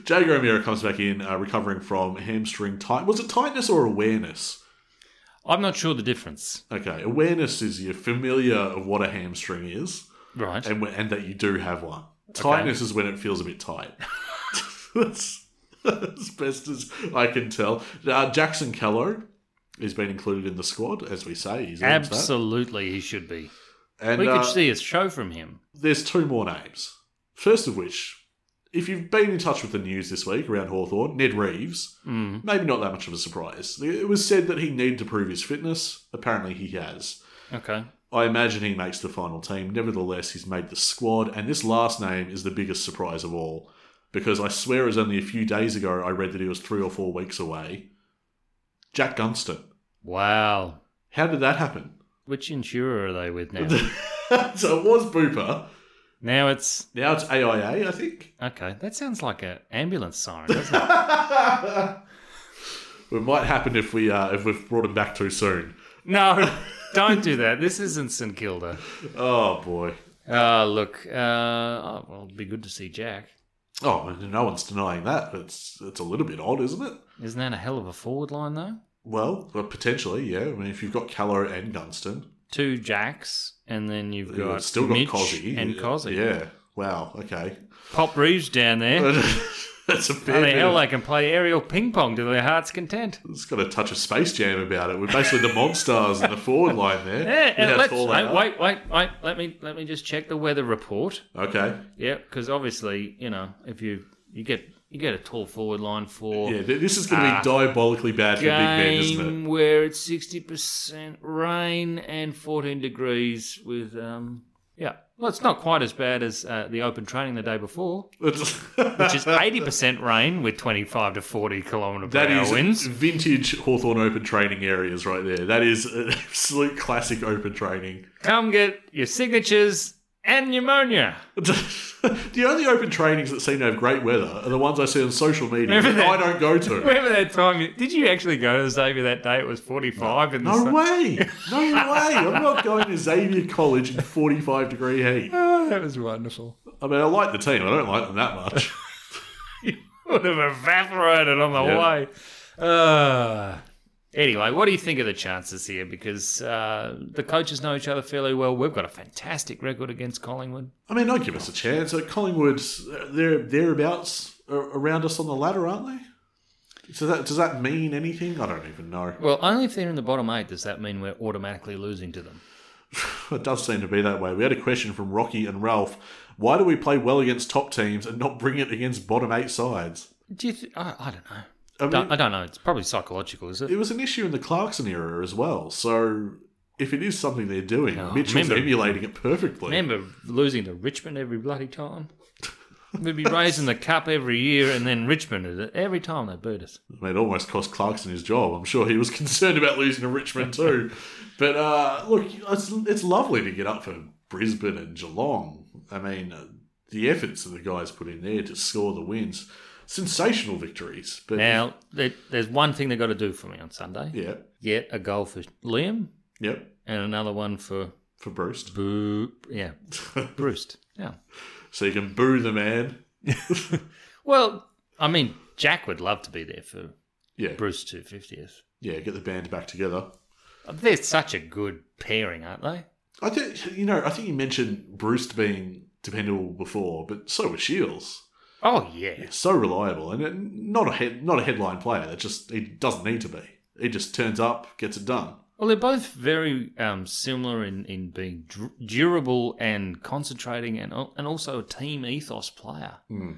Speaker 1: Jager O'Meara comes back in, uh, recovering from hamstring tight. Was it tightness or awareness?
Speaker 2: I'm not sure the difference.
Speaker 1: Okay, awareness is you're familiar of what a hamstring is,
Speaker 2: Right.
Speaker 1: and when, and that you do have one. Tightness is when it feels a bit tight. that's as best as I can tell. Uh, Jackson Callow has been included in the squad, as we say. He's earned that.
Speaker 2: Absolutely, he should be.
Speaker 1: And
Speaker 2: we
Speaker 1: uh,
Speaker 2: could see a show from him.
Speaker 1: there's two more names. First of which, if you've been in touch with the news this week around Hawthorn, Ned Reeves,
Speaker 2: Mm.
Speaker 1: maybe not that much of a surprise. It was said that he needed to prove his fitness. Apparently, he has.
Speaker 2: Okay.
Speaker 1: I imagine he makes the final team. Nevertheless, he's made the squad, and this last name is the biggest surprise of all. Because I swear it was only a few days ago I read that he was three or four weeks away. Jack Gunston.
Speaker 2: Wow.
Speaker 1: How did that happen?
Speaker 2: Which insurer are they with now?
Speaker 1: so it was Booper.
Speaker 2: now it's
Speaker 1: Now it's AIA, I think.
Speaker 2: okay. That sounds like an ambulance siren, doesn't it?
Speaker 1: It might happen if we uh, if we've brought him back too soon.
Speaker 2: no, don't do that. This isn't St Kilda.
Speaker 1: Oh boy.
Speaker 2: Uh, look, uh, oh, well, it'd be good to see Jack.
Speaker 1: Oh, no one's denying that. It's it's a little bit odd, isn't it?
Speaker 2: Isn't that a hell of a forward line though?
Speaker 1: Well, well, potentially, yeah. I mean, if you've got Callow and Gunston,
Speaker 2: Two Jacks, and then you've
Speaker 1: You've
Speaker 2: got
Speaker 1: still
Speaker 2: Mitch
Speaker 1: got Cozzy
Speaker 2: and Cozzy.
Speaker 1: Yeah. Wow. Okay.
Speaker 2: Pop Reeves down there.
Speaker 1: That's a
Speaker 2: How
Speaker 1: fair.
Speaker 2: the
Speaker 1: bit
Speaker 2: hell
Speaker 1: of-
Speaker 2: they can play aerial ping pong to their heart's content.
Speaker 1: it's got a touch of Space Jam about it. We're basically the Monstars in the forward line there.
Speaker 2: Yeah, and
Speaker 1: That's
Speaker 2: let's,
Speaker 1: all they
Speaker 2: wait,
Speaker 1: are.
Speaker 2: wait, wait, wait. Let me let me just check the weather report.
Speaker 1: Okay.
Speaker 2: Yeah, because obviously, you know, if you you get you get a tall forward line for
Speaker 1: Yeah, th- this is going to be
Speaker 2: Ah.
Speaker 1: diabolically bad for Big Ben, isn't it?
Speaker 2: game where it's sixty percent rain and fourteen degrees with um yeah Well, it's not quite as bad as uh, the open training the day before,
Speaker 1: It's-
Speaker 2: which is 80% rain with 25 to 40 kilometre per
Speaker 1: That
Speaker 2: hour
Speaker 1: is
Speaker 2: winds.
Speaker 1: vintage Hawthorn open training areas right there. That is an absolute classic open training.
Speaker 2: Come get your signatures and pneumonia.
Speaker 1: the only open trainings that seem to have great weather are the ones I see on social media
Speaker 2: Remember
Speaker 1: that I
Speaker 2: that-
Speaker 1: don't go to.
Speaker 2: Remember that time? You, did you actually go to Xavier that day? It was 45 in the
Speaker 1: No
Speaker 2: sun.
Speaker 1: way! No way! I'm not going to Xavier College in 45 degree heat.
Speaker 2: Oh, that was wonderful.
Speaker 1: I mean, I like the team. I don't like them that much.
Speaker 2: You would have evaporated on the
Speaker 1: Yeah.
Speaker 2: way. Uh, anyway, what do you think of the chances here? Because uh, the coaches know each other fairly well. We've got a fantastic record against Collingwood.
Speaker 1: I mean, I'd give us a chance. Uh, Collingwood's uh, they're thereabouts uh, around us on the ladder, aren't they? So that does that mean anything? I don't even know.
Speaker 2: Well, only if they're in the bottom eight does that mean we're automatically losing to them.
Speaker 1: It does seem to be that way. We had a question from Rocky and Ralph. Why do we play well against top teams and not bring it against bottom eight sides?
Speaker 2: Do you? Th- I, I don't know.
Speaker 1: I mean,
Speaker 2: Don't- I don't know. It's probably psychological, is it?
Speaker 1: it was an issue in the Clarkson era as well. So if it is something they're doing,
Speaker 2: Oh,
Speaker 1: Mitchell's
Speaker 2: remember-
Speaker 1: emulating it perfectly.
Speaker 2: Remember losing to Richmond every bloody time? We'd be raising the cup every year, and then Richmond did it every time they beat us.
Speaker 1: I mean, it almost cost Clarkson his job. I'm sure he was concerned about losing to Richmond too. but uh, look, it's, it's lovely to get up for Brisbane and Geelong. I mean, uh, the efforts that the guys put in there to score the wins, sensational victories. But
Speaker 2: Now, there, there's one thing they've got to do for me on Sunday.
Speaker 1: yeah,
Speaker 2: Get a goal for Liam
Speaker 1: yep,
Speaker 2: and another one for
Speaker 1: for Bruce.
Speaker 2: Boo. Yeah, Bruce. Yeah.
Speaker 1: So you can boo the man.
Speaker 2: Well, I mean, Jack would love to be there for
Speaker 1: Yeah,
Speaker 2: Bruce 250th.
Speaker 1: yeah, get the band back together.
Speaker 2: They're such a good pairing, aren't they?
Speaker 1: I think you know. I think you mentioned Bruce being dependable before, but so was Shields.
Speaker 2: Oh, yeah.
Speaker 1: so reliable and uh, not a head, not a headline player. That just he doesn't need to be. He just turns up, gets it done.
Speaker 2: Well, they're both very um, similar in, in being dr- durable and concentrating and, al- and also a team ethos player.
Speaker 1: Hmm.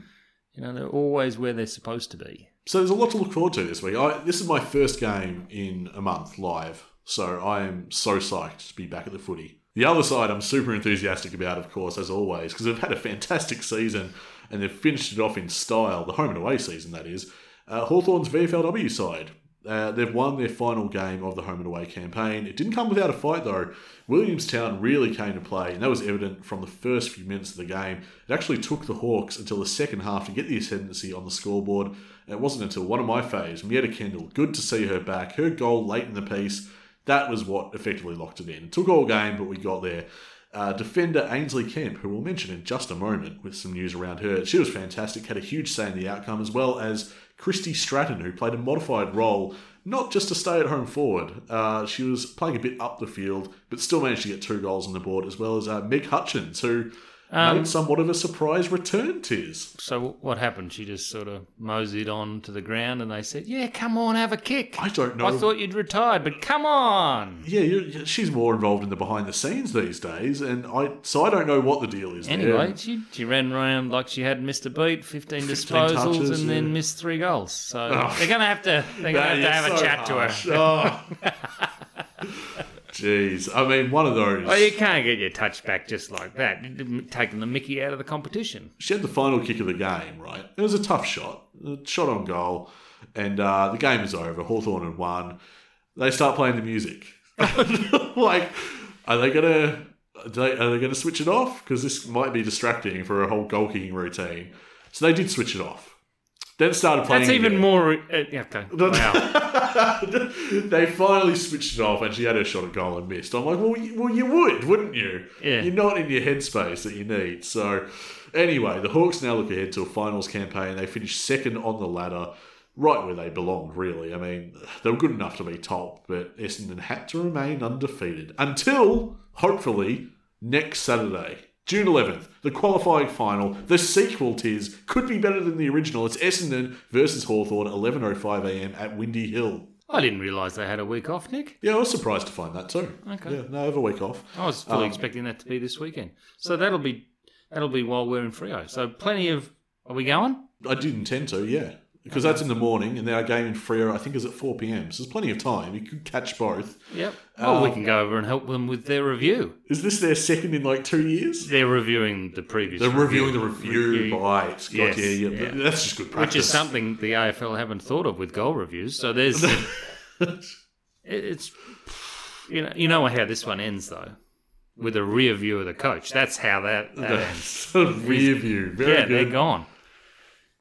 Speaker 2: You know, they're always where they're supposed to be.
Speaker 1: So there's a lot to look forward to this week. I, this is my first game in a month live, so I am so psyched to be back at the footy. The other side, I'm super enthusiastic about, of course, as always, because they've had a fantastic season and they've finished it off in style. The home and away season, that is. Uh, Hawthorn's VFLW side. Uh, they've won their final game of the home and away campaign. It didn't come without a fight, though. Williamstown really came to play, and that was evident from the first few minutes of the game. It actually took the Hawks until the second half to get the ascendancy on the scoreboard. It wasn't until one of my faves, Mieta Kendall, good to see her back. Her goal late in the piece, that was what effectively locked it in. It took all game, but we got there. Uh, defender Ainsley Kemp, who we'll mention in just a moment with some news around her. She was fantastic, had a huge say in the outcome, as well as Christy Stratton, who played a modified role, not just a stay at home forward. Uh, she was playing a bit up the field, but still managed to get two goals on the board, as well as uh, Meg Hutchins, who
Speaker 2: Um,
Speaker 1: made somewhat of a surprise return, tis.
Speaker 2: So what happened? She just sort of moseyed on to the ground, and they said, "Yeah, come on, have a kick."
Speaker 1: I don't know.
Speaker 2: I thought you'd retired, but come on.
Speaker 1: yeah, you you- she's more involved in the behind the scenes these days, and I so I don't know what the deal is. there.
Speaker 2: Anyway, she, she ran around like she had missed a beat, fifteen
Speaker 1: 15
Speaker 2: disposals,
Speaker 1: touches,
Speaker 2: and then
Speaker 1: yeah.
Speaker 2: missed three goals. So
Speaker 1: Ugh.
Speaker 2: they're gonna have to they're gonna have to have a chat to her.
Speaker 1: to her. Oh. Jeez, I mean, one of those.
Speaker 2: Well, you can't get your touch back just like that. Taking the Mickey out of the competition.
Speaker 1: she had the final kick of the game, right? It was a tough shot, a shot on goal, and uh, the game is over. Hawthorn had won. They start playing the music. like, are they gonna? Are they, are they gonna switch it off? Because this might be distracting for a whole goal kicking routine. So they did switch it off. Then started playing.
Speaker 2: That's even
Speaker 1: again.
Speaker 2: more. Uh, yeah, okay. Wow.
Speaker 1: they finally switched it off, and she had her shot at goal and missed. I'm like, well, you, well, you would, wouldn't you?
Speaker 2: Yeah.
Speaker 1: You're not in your headspace that you need. So, anyway, the Hawks now look ahead to a finals campaign. They finished second on the ladder, right where they belonged. Really, I mean, they were good enough to be top, but Essendon had to remain undefeated until, hopefully, next Saturday. June 11th, the qualifying final, the sequel tis, could be better than the original. It's Essendon versus Hawthorn, 11.05am at Windy Hill.
Speaker 2: I didn't realise they had a week off, Nick.
Speaker 1: Yeah, I was surprised to find that too.
Speaker 2: Okay.
Speaker 1: Yeah, no, I have a week off.
Speaker 2: I was fully expecting that to be this weekend. So that'll be that'll be while we're in Frio. So plenty of. Are we going?
Speaker 1: I did intend to, yeah. because that's in the morning, and our game in Freo I think is at four p.m. So there's plenty of time. You could catch both.
Speaker 2: Yep. Well, we
Speaker 1: Um,
Speaker 2: can go over and help them with their review.
Speaker 1: Is this their second in like two years?
Speaker 2: They're reviewing the previous.
Speaker 1: They're reviewing the
Speaker 2: review,
Speaker 1: review, bites. God,
Speaker 2: Yes,
Speaker 1: yeah, yeah,
Speaker 2: yeah.
Speaker 1: That's just good practice.
Speaker 2: which is something the AFL haven't thought of with goal reviews. So there's, it- it's, you know, you know how this one ends though, with a rear view of the coach. That's how that, that ends.
Speaker 1: rear view. Very
Speaker 2: yeah, they're
Speaker 1: good.
Speaker 2: gone.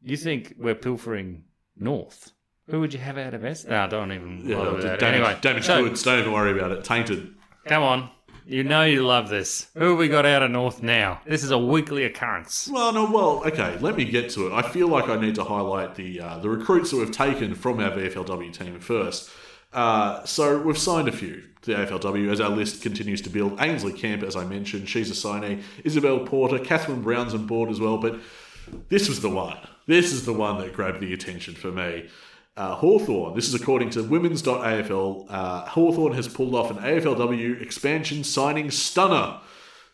Speaker 2: You think we're pilfering North? Who would you have out of S? No, don't even
Speaker 1: Yeah,
Speaker 2: bother with that.
Speaker 1: damaged,
Speaker 2: Anyway,
Speaker 1: damaged
Speaker 2: so,
Speaker 1: goods. Don't even worry about it. Tainted.
Speaker 2: Come on. You know you love this. Who have we got out of North now? This is a weekly occurrence.
Speaker 1: Well, no, well, okay. Let me get to it. I feel like I need to highlight the uh, the recruits that we've taken from our VFLW team first. Uh, so we've signed a few to the AFLW as our list continues to build. Ainsley Camp, as I mentioned, she's a signee. Isabel Porter, Catherine Brown's on board as well. But this was the one. This is the one that grabbed the attention for me. Uh, Hawthorne, this is according to women's.afl. Uh, Hawthorne has pulled off an AFLW expansion signing stunner,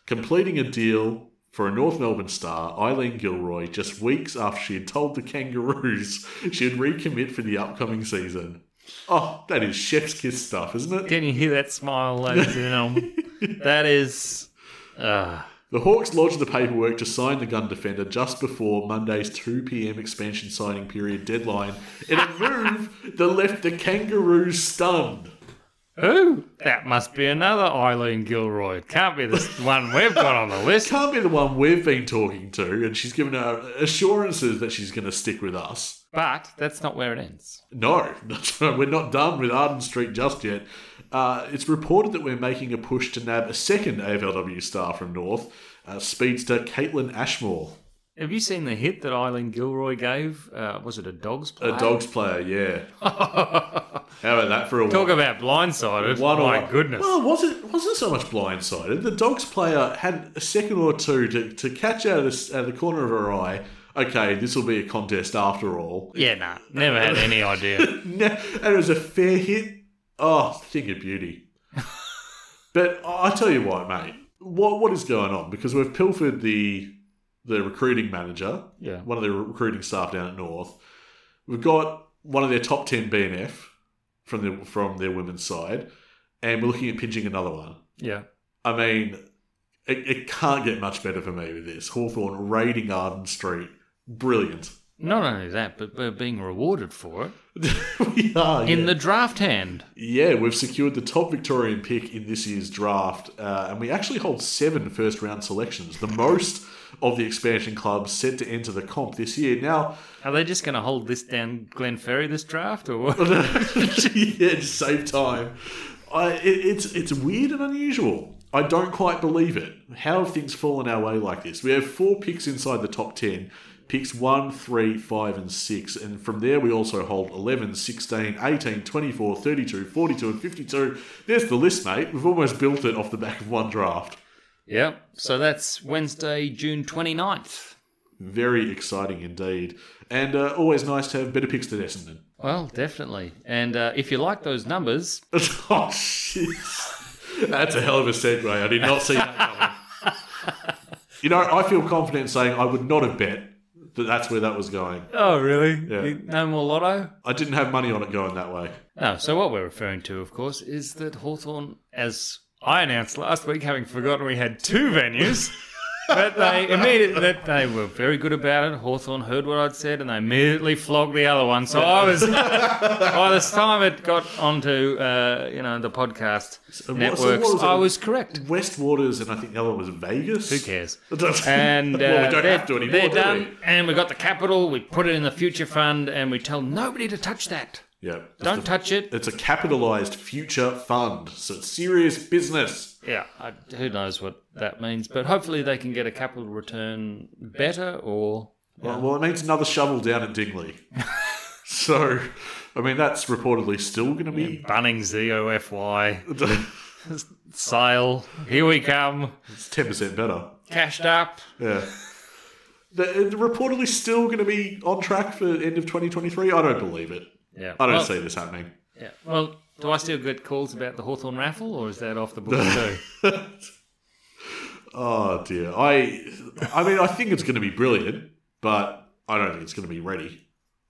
Speaker 1: completing a deal for a North Melbourne star, Eileen Gilroy, just weeks after she had told the Kangaroos she'd recommit for the upcoming season. Oh, that is chef's kiss stuff, isn't it?
Speaker 2: Can you hear that smile, ladies and gentlemen? That is. Uh,
Speaker 1: The Hawks lodged the paperwork to sign the gun defender just before Monday's 2 p.m. expansion signing period deadline in a move that left the Kangaroos stunned.
Speaker 2: who? That must be another Eileen Gilroy. Can't be the one we've got on the list.
Speaker 1: Can't be the one we've been talking to, and she's given her assurances that she's going to stick with us.
Speaker 2: But that's not where it ends.
Speaker 1: No, that's right. We're not done with Arden Street just yet. Uh, it's reported that we're making a push to nab a second AFLW star from North, uh, speedster Caitlin Ashmore.
Speaker 2: Have you seen the hit that Eileen Gilroy gave? Uh, was it a dog's play?
Speaker 1: A dogs player, yeah. How about that for a while?
Speaker 2: Talk about blindsided.
Speaker 1: One
Speaker 2: My
Speaker 1: or
Speaker 2: goodness.
Speaker 1: Well, it wasn't wasn't so much blindsided. The dogs player had a second or two to, to catch out of, the, out of the corner of her eye. Okay, this will be a contest after all.
Speaker 2: yeah, nah. Never had any idea.
Speaker 1: No, and it was a fair hit. Oh, thing of beauty. but I tell you what, mate. What what is going on? Because we've pilfered the the recruiting manager,
Speaker 2: Yeah.
Speaker 1: one of the recruiting staff down at North. We've got one of their top ten BNF from the from their women's side, and we're looking at pinching another one.
Speaker 2: Yeah.
Speaker 1: I mean, it, it can't get much better for me with this. Hawthorne raiding Arden Street. Brilliant.
Speaker 2: Not only that, but we're being rewarded for it.
Speaker 1: we are.
Speaker 2: In
Speaker 1: yeah.
Speaker 2: the draft hand.
Speaker 1: yeah, we've secured the top Victorian pick in this year's draft, uh, and we actually hold seven first round selections, the most of the expansion clubs set to enter the comp this year. Now,
Speaker 2: Are they just going to hold this down Glen Ferry this draft? Or what?
Speaker 1: yeah, just save time. I, it, it's it's weird and unusual. I don't quite believe it. How have things fallen our way like this? We have four picks inside the top 10 picks 1, 3, 5, and 6. And from there, we also hold 11, 16, 18, 24, 32, 42, and 52. There's the list, mate. We've almost built it off the back of one draft.
Speaker 2: yep. So that's Wednesday, June 29th.
Speaker 1: Very exciting indeed. And uh, always nice to have better picks than Essendon.
Speaker 2: Well, definitely. And uh, if you like those numbers,
Speaker 1: oh, shit. That's a hell of a segue. I did not see that coming. you know, I feel confident saying I would not have bet that that's where that was going.
Speaker 2: Oh, really?
Speaker 1: Yeah.
Speaker 2: You- No more lotto?
Speaker 1: I didn't have money on it going that way.
Speaker 2: No. So, what we're referring to, of course, is that Hawthorn, as I announced last week, having forgotten we had two venues, but they immediately that they were very good about it. Hawthorn heard what I'd said and they immediately flogged the other one. So, I was, by this time it got onto, uh, you know, the podcast
Speaker 1: what- so what
Speaker 2: networks,
Speaker 1: was it?
Speaker 2: I was correct.
Speaker 1: West Waters and I think the other one was Vegas.
Speaker 2: Who cares?
Speaker 1: and
Speaker 2: And uh,
Speaker 1: well, we don't
Speaker 2: they're-
Speaker 1: have to anymore.
Speaker 2: They're
Speaker 1: do
Speaker 2: done, and we got the capital. We put it in the future fund, and we tell nobody to touch that.
Speaker 1: We? Yeah.
Speaker 2: Don't touch it.
Speaker 1: It's a capitalized future fund, so it's serious business.
Speaker 2: Yeah, I, who knows what that means? But hopefully they can get a capital return better, or
Speaker 1: Well, well, it means another shovel down at Dingley. so, I mean, that's reportedly still going to be.
Speaker 2: Bunnings ZOFY sale. Here we come,
Speaker 1: it's 10% better.
Speaker 2: cashed up.
Speaker 1: Yeah. They're they're reportedly still going to be on track for end of 2023. I don't believe it.
Speaker 2: Yeah,
Speaker 1: I don't
Speaker 2: well,
Speaker 1: see this happening.
Speaker 2: Yeah. Well, do I still get calls about the Hawthorn raffle, or is that off the books too?
Speaker 1: Oh dear. I I mean I think it's going to be brilliant, but I don't think it's going to be ready.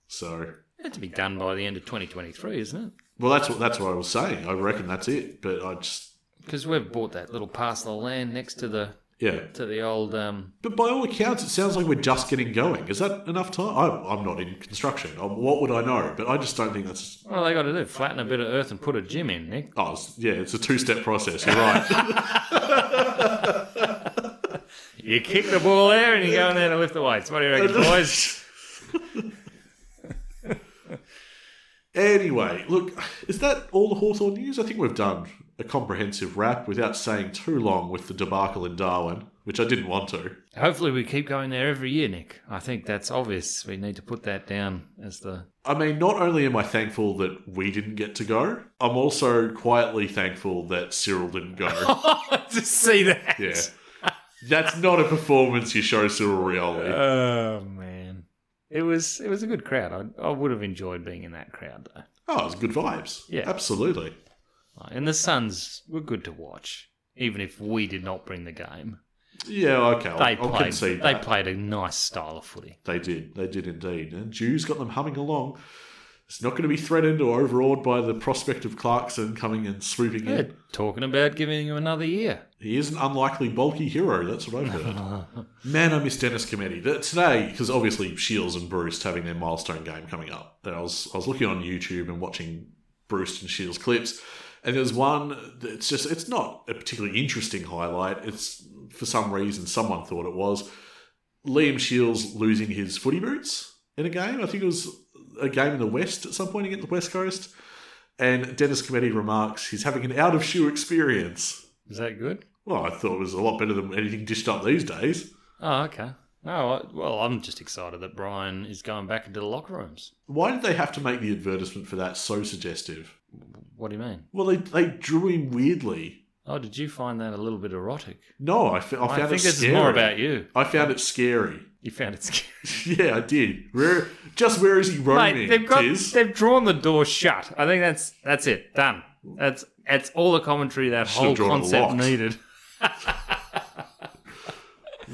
Speaker 1: So,
Speaker 2: Had to be done by the end of 2023, isn't it?
Speaker 1: well, that's what that's what I was saying. I reckon that's it. But I just,
Speaker 2: Because we've bought that little parcel of land next to the
Speaker 1: yeah.
Speaker 2: to the old. Um,
Speaker 1: But by all accounts, it sounds like we're just getting going. Is that enough time? I, I'm not in construction. Um what would I know? But I just don't think that's.
Speaker 2: what have they got to do? Flatten a bit of earth and put a gym in, Nick.
Speaker 1: Oh, it's, yeah, it's a two-step process. You're right.
Speaker 2: You kick the ball there and you go in there to lift the weights. What do you reckon, boys?
Speaker 1: anyway, look, is that all the Hawthorn news? I think we've done a comprehensive wrap without saying too long with the debacle in Darwin, which I didn't want to.
Speaker 2: Hopefully, we keep going there every year, Nick. I think that's obvious. We need to put that down as the
Speaker 1: I mean, not only am I thankful that we didn't get to go, I'm also quietly thankful that Cyril didn't go.
Speaker 2: to see that.
Speaker 1: yeah. That's not a performance you show Cyril Rioli.
Speaker 2: Oh man, it was it was a good crowd. I, I would have enjoyed being in that crowd though.
Speaker 1: Oh, it's good vibes.
Speaker 2: Yeah.
Speaker 1: Absolutely.
Speaker 2: Like, And the Suns were good to watch, even if we did not bring the game.
Speaker 1: Yeah, okay. I'll,
Speaker 2: They
Speaker 1: I'll
Speaker 2: played.
Speaker 1: concede
Speaker 2: They
Speaker 1: that.
Speaker 2: played a nice style of footy.
Speaker 1: They did. They did indeed. And Jews got them humming along. It's not going to be threatened or overawed by the prospect of Clarkson coming and swooping
Speaker 2: Yeah,
Speaker 1: in.
Speaker 2: talking about giving him another year.
Speaker 1: He is an unlikely bulky hero. That's what I've heard. Man, I miss Dennis Cometti. That today, because obviously Shields and Bruce having their milestone game coming up. And I was I was looking on YouTube and watching Bruce and Shields clips, and there's one that's just it's not a particularly interesting highlight. It's for some reason someone thought it was Liam Shields losing his footy boots in a game. I think it was a game in the West at some point against the West Coast. And Dennis Cometti remarks he's having an out of shoe experience.
Speaker 2: Is that good?
Speaker 1: Well, I thought it was a lot better than anything dished up these days.
Speaker 2: Oh, okay. No, I, well, I'm just excited that Brian is going back into the locker rooms.
Speaker 1: Why did they have to make the advertisement for that so suggestive?
Speaker 2: What do you mean?
Speaker 1: Well, they, they drew him weirdly.
Speaker 2: Oh, did you find that a little bit erotic?
Speaker 1: No, I, f- I
Speaker 2: I,
Speaker 1: found
Speaker 2: think
Speaker 1: it
Speaker 2: this
Speaker 1: scary.
Speaker 2: is more about you.
Speaker 1: I found it scary.
Speaker 2: You found it scary.
Speaker 1: yeah, I did. Where, just where is he roaming?
Speaker 2: Mate, they've got
Speaker 1: Tiz?
Speaker 2: they've drawn the door shut. I think that's that's it. Done. That's that's all the commentary that
Speaker 1: Should've
Speaker 2: whole
Speaker 1: drawn it
Speaker 2: concept
Speaker 1: locked.
Speaker 2: needed.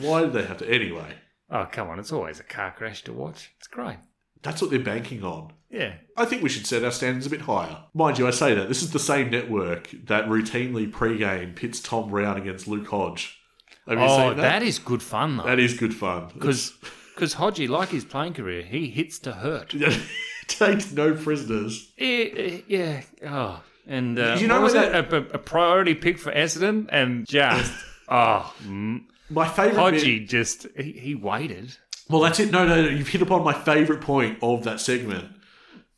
Speaker 1: Why did they have to? Anyway,
Speaker 2: Oh come on, it's always a car crash to watch. It's great.
Speaker 1: that's what they're banking on.
Speaker 2: Yeah.
Speaker 1: I think we should set our standards a bit higher. Mind you, I say that. This is the same network that routinely pre-game pits Tom Brown against Luke Hodge. Have you
Speaker 2: oh,
Speaker 1: seen that?
Speaker 2: that is good fun though.
Speaker 1: That is good fun.
Speaker 2: Because because Hodgie, like his playing career, he hits to hurt. Yeah.
Speaker 1: takes no prisoners.
Speaker 2: yeah. Oh, and uh,
Speaker 1: You know
Speaker 2: what was
Speaker 1: when
Speaker 2: that a, a priority pick for Essendon and just oh mm,
Speaker 1: My favourite. bit-
Speaker 2: Hodgie just he, he waited.
Speaker 1: Well, that's it. No, no, no. You've hit upon my favourite point of that segment,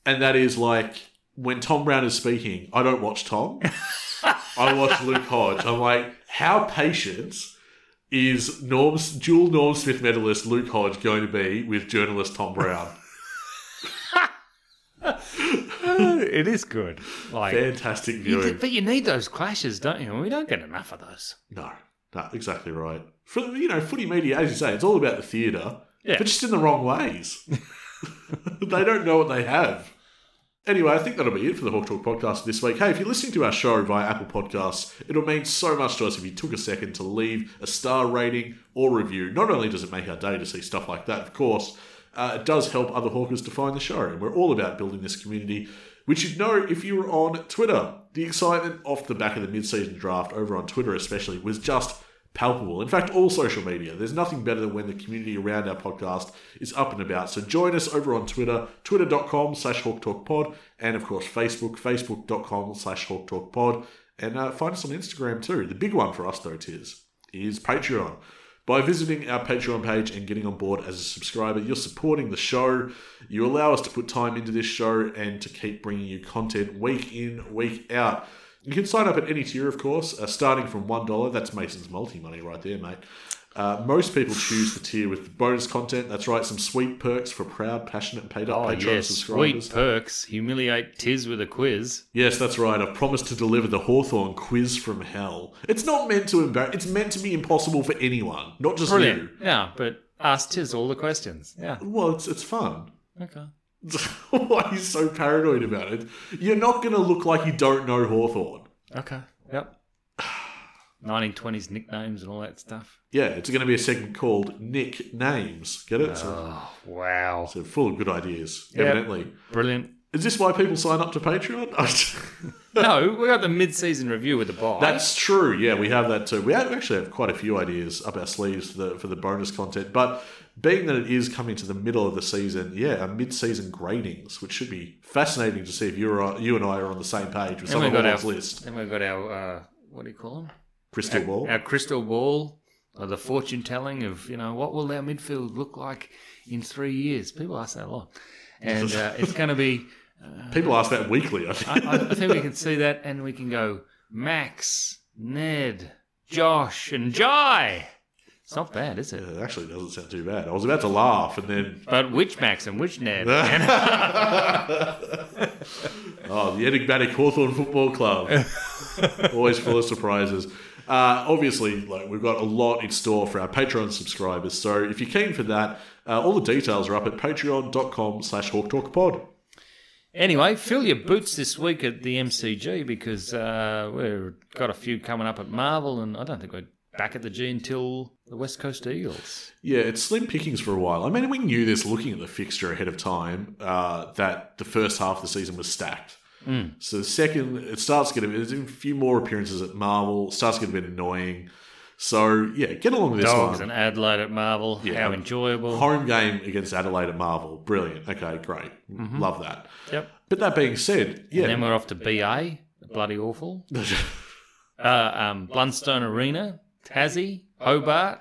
Speaker 1: and that is like when Tom Brown is speaking. I don't watch Tom. I watch Luke Hodge. I'm like, how patient is Norm dual Norm Smith medalist Luke Hodge going to be with journalist Tom Brown?
Speaker 2: it is good. Like
Speaker 1: Fantastic
Speaker 2: You
Speaker 1: viewing.
Speaker 2: d- but you need those clashes, don't you? And we don't get enough of those.
Speaker 1: No, no, exactly right. For you know, footy media, as you say, it's all about the theatre,
Speaker 2: Yeah.
Speaker 1: but just in the wrong ways. they don't know what they have. Anyway, I think that'll be it for the Hawk Talk podcast this week. Hey, if you're listening to our show via Apple Podcasts, it'll mean so much to us if you took a second to leave a star rating or review. Not only does it make our day to see stuff like that, of course, uh, it does help other Hawkers to find the show. And we're all about building this community, which you'd know if you were on Twitter. The excitement off the back of the mid-season draft over on Twitter especially was just palpable. In fact, all social media. There's nothing better than when the community around our podcast is up and about. So join us over on Twitter, twitter.com slash hawktalkpod, and of course Facebook, facebook.com slash hawktalkpod. And uh, find us on Instagram too. The big one for us though, Tiz, is Patreon. By visiting our Patreon page and getting on board as a subscriber, you're supporting the show. You allow us to put time into this show and to keep bringing you content week in, week out. You can sign up at any tier, of course, uh, starting from $1. That's Mason's multi money right there, mate. Uh, most people choose the tier with bonus content. That's right, some sweet perks for proud, passionate, and paid up
Speaker 2: Oh,
Speaker 1: Patreon
Speaker 2: yes.
Speaker 1: subscribers.
Speaker 2: Sweet perks. Humiliate Tiz with a quiz.
Speaker 1: Yes, that's right. I've promised to deliver the Hawthorne quiz from hell. It's not meant to embarrass, it's meant to be impossible for anyone, not just you.
Speaker 2: Brilliant. Yeah, but ask Tiz all the questions. Yeah.
Speaker 1: Well, it's, it's fun.
Speaker 2: Okay.
Speaker 1: Why are you so paranoid about it? You're not going to look like you don't know Hawthorne.
Speaker 2: Okay. Yep. 1920s nicknames and all that stuff.
Speaker 1: Yeah, it's going to be a segment called Nick Names. Get it? So,
Speaker 2: Oh, wow.
Speaker 1: so full of good ideas,
Speaker 2: Yep.
Speaker 1: evidently.
Speaker 2: Brilliant.
Speaker 1: Is this why people sign up to Patreon?
Speaker 2: No, we got the mid season review with the bye.
Speaker 1: That's true. Yeah, we have that too. We have- actually have quite a few ideas up our sleeves for the, for the bonus content. But being that it is coming to the middle of the season, yeah, a mid-season gradings, which should be fascinating to see if you're you and I are on the same page with
Speaker 2: Then we've
Speaker 1: someone
Speaker 2: got
Speaker 1: on this
Speaker 2: our-
Speaker 1: list.
Speaker 2: Then we've got our, uh, what do you call them?
Speaker 1: Crystal ball.
Speaker 2: Our crystal ball, or the fortune telling of, you know, what will our midfield look like in three years? People ask that a lot. And uh, it's going to be,
Speaker 1: People ask that weekly. I think.
Speaker 2: I, I think we can see that and we can go Max, Ned, Josh, and Jai. It's not bad, is it?
Speaker 1: It actually doesn't sound too bad. I was about to laugh, and then
Speaker 2: But which Max and which Ned?
Speaker 1: oh, the enigmatic Hawthorn Football Club. Always full of surprises. Uh, obviously, like we've got a lot in store for our Patreon subscribers. So if you're keen for that, uh, all the details are up at patreon.com slash hawktalkpod.
Speaker 2: Anyway, fill your boots this week at the MCG because uh, we've got a few coming up at Marvel, and I don't think we're back at the G until the West Coast Eagles.
Speaker 1: Yeah, it's slim pickings for a while. I mean, we knew this looking at the fixture ahead of time uh, that the first half of the season was stacked.
Speaker 2: Mm.
Speaker 1: So the second, it starts getting there's a few more appearances at Marvel. Starts getting a bit annoying. So yeah, get along with this
Speaker 2: Dogs
Speaker 1: one.
Speaker 2: and Adelaide at Marvel.
Speaker 1: Yeah.
Speaker 2: How enjoyable.
Speaker 1: Home game against Adelaide at Marvel. Brilliant. Okay, great. Love that.
Speaker 2: yep.
Speaker 1: But that being said,
Speaker 2: Mm-hmm. And
Speaker 1: yeah.
Speaker 2: then we're off to BA, bloody awful. uh, um, Blundstone Arena, Tassie, Hobart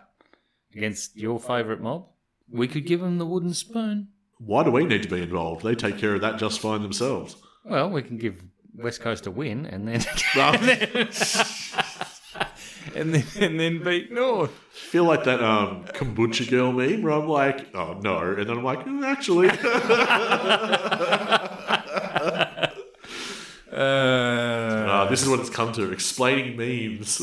Speaker 2: against your favourite mob. We could give them the wooden spoon.
Speaker 1: Why do we need to be involved? They take care of that just fine themselves.
Speaker 2: Well, we can give West Coast a win and then
Speaker 1: I
Speaker 2: and then and then beat North.
Speaker 1: feel like that um, kombucha girl meme where I'm like, oh no. And then I'm like, "Mm, actually.
Speaker 2: Uh,
Speaker 1: Uh, this is what it's come to explaining memes.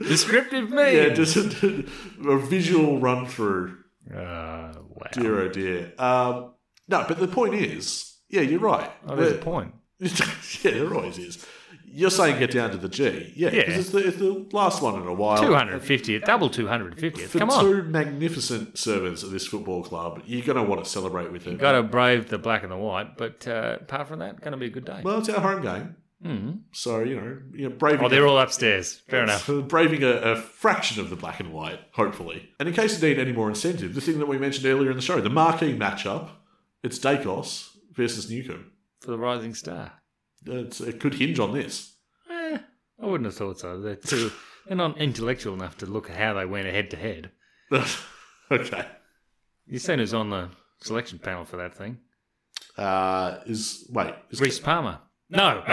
Speaker 2: descriptive me.
Speaker 1: yeah, just a, a visual run through.
Speaker 2: uh, wow.
Speaker 1: Dear oh dear. Um, no, but the point is, yeah, you're right.
Speaker 2: Oh, there's a
Speaker 1: We're-
Speaker 2: point.
Speaker 1: yeah, there always is. You're saying get down to the G. Yeah,
Speaker 2: Yeah.
Speaker 1: because it's, the, it's the last one in a while.
Speaker 2: 250, double 250.
Speaker 1: For
Speaker 2: Come on.
Speaker 1: two magnificent servants of this football club, you're going to want to celebrate with them.
Speaker 2: Got to brave the black and the white, but uh, apart from that, going to be a good day.
Speaker 1: Well, it's our home game.
Speaker 2: Mm.
Speaker 1: So, you know, you know braving,
Speaker 2: Oh, they're all upstairs. Fair enough.
Speaker 1: a, braving a, a fraction of the black and white, hopefully. And in case you need any more incentive, the thing that we mentioned earlier in the show, the marquee matchup, it's Dacos versus Newcomb.
Speaker 2: For the Rising Star.
Speaker 1: It's, it could hinge on this.
Speaker 2: Eh, I wouldn't have thought so. They're too. They're not intellectual enough to look at how they went head to head.
Speaker 1: okay.
Speaker 2: You've seen who's on the selection panel for that thing.
Speaker 1: Uh, is wait, is
Speaker 2: Reese Palmer. No. we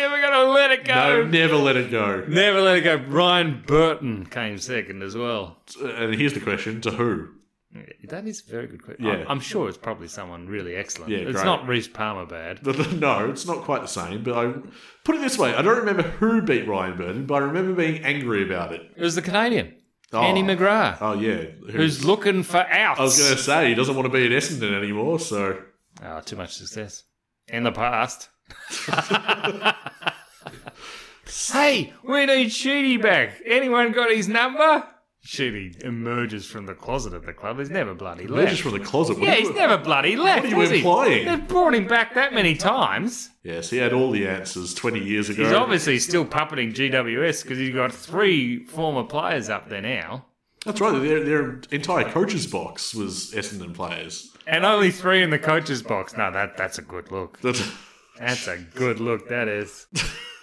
Speaker 2: ever going to let it
Speaker 1: No,
Speaker 2: go?
Speaker 1: never let it go.
Speaker 2: Never let it go. Ryan Burton came second as well.
Speaker 1: And here's the question: To who?
Speaker 2: That is a very good question.
Speaker 1: Yeah.
Speaker 2: I'm, I'm sure it's probably someone really excellent.
Speaker 1: Yeah,
Speaker 2: it's
Speaker 1: great.
Speaker 2: not Reese Palmer bad.
Speaker 1: No, it's not quite the same. But I put it this way: I don't remember who beat Ryan Burton, but I remember being angry about it.
Speaker 2: It was the Canadian,
Speaker 1: Oh.
Speaker 2: Andy McGrath,
Speaker 1: Oh yeah, who-
Speaker 2: who's looking for outs.
Speaker 1: I was going to say he doesn't want to be at Essendon anymore. So
Speaker 2: Ah, too much success in the past. hey, we need Sheedy back. Anyone got his number? Sheedy emerges from the closet at the club. He's never bloody
Speaker 1: they're
Speaker 2: left.
Speaker 1: just from the closet. What
Speaker 2: yeah,
Speaker 1: do
Speaker 2: he's
Speaker 1: you-
Speaker 2: never bloody left.
Speaker 1: are you
Speaker 2: has he?
Speaker 1: implying?
Speaker 2: They've brought him back that many times.
Speaker 1: Yes, he had all the answers twenty years ago.
Speaker 2: He's obviously still puppeting GWS because he's got three former players up there now,
Speaker 1: That's right. Their, their entire coaches box was Essendon players.
Speaker 2: and only three in the coach's box. No, that that's a good look.
Speaker 1: That's.
Speaker 2: That's a good look. That is.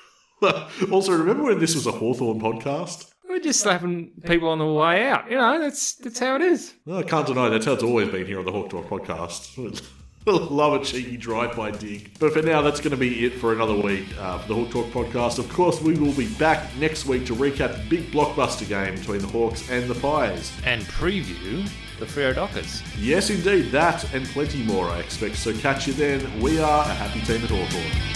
Speaker 1: also, remember when this was a Hawthorn podcast?
Speaker 2: We're just slapping people on the way out. You know, that's that's how it is.
Speaker 1: No, I can't deny that's how it's always been here on the Hawk Talk podcast. Love a cheeky drive by dig. But for now, that's going to be it for another week uh, for the Hawk Talk podcast. Of course, we will be back next week to recap the big blockbuster game between the Hawks and the Pies.
Speaker 2: And preview the Freo Dockers.
Speaker 1: Yes, indeed, that and plenty more, I expect. So catch you then. We are a happy team at Hawthorn.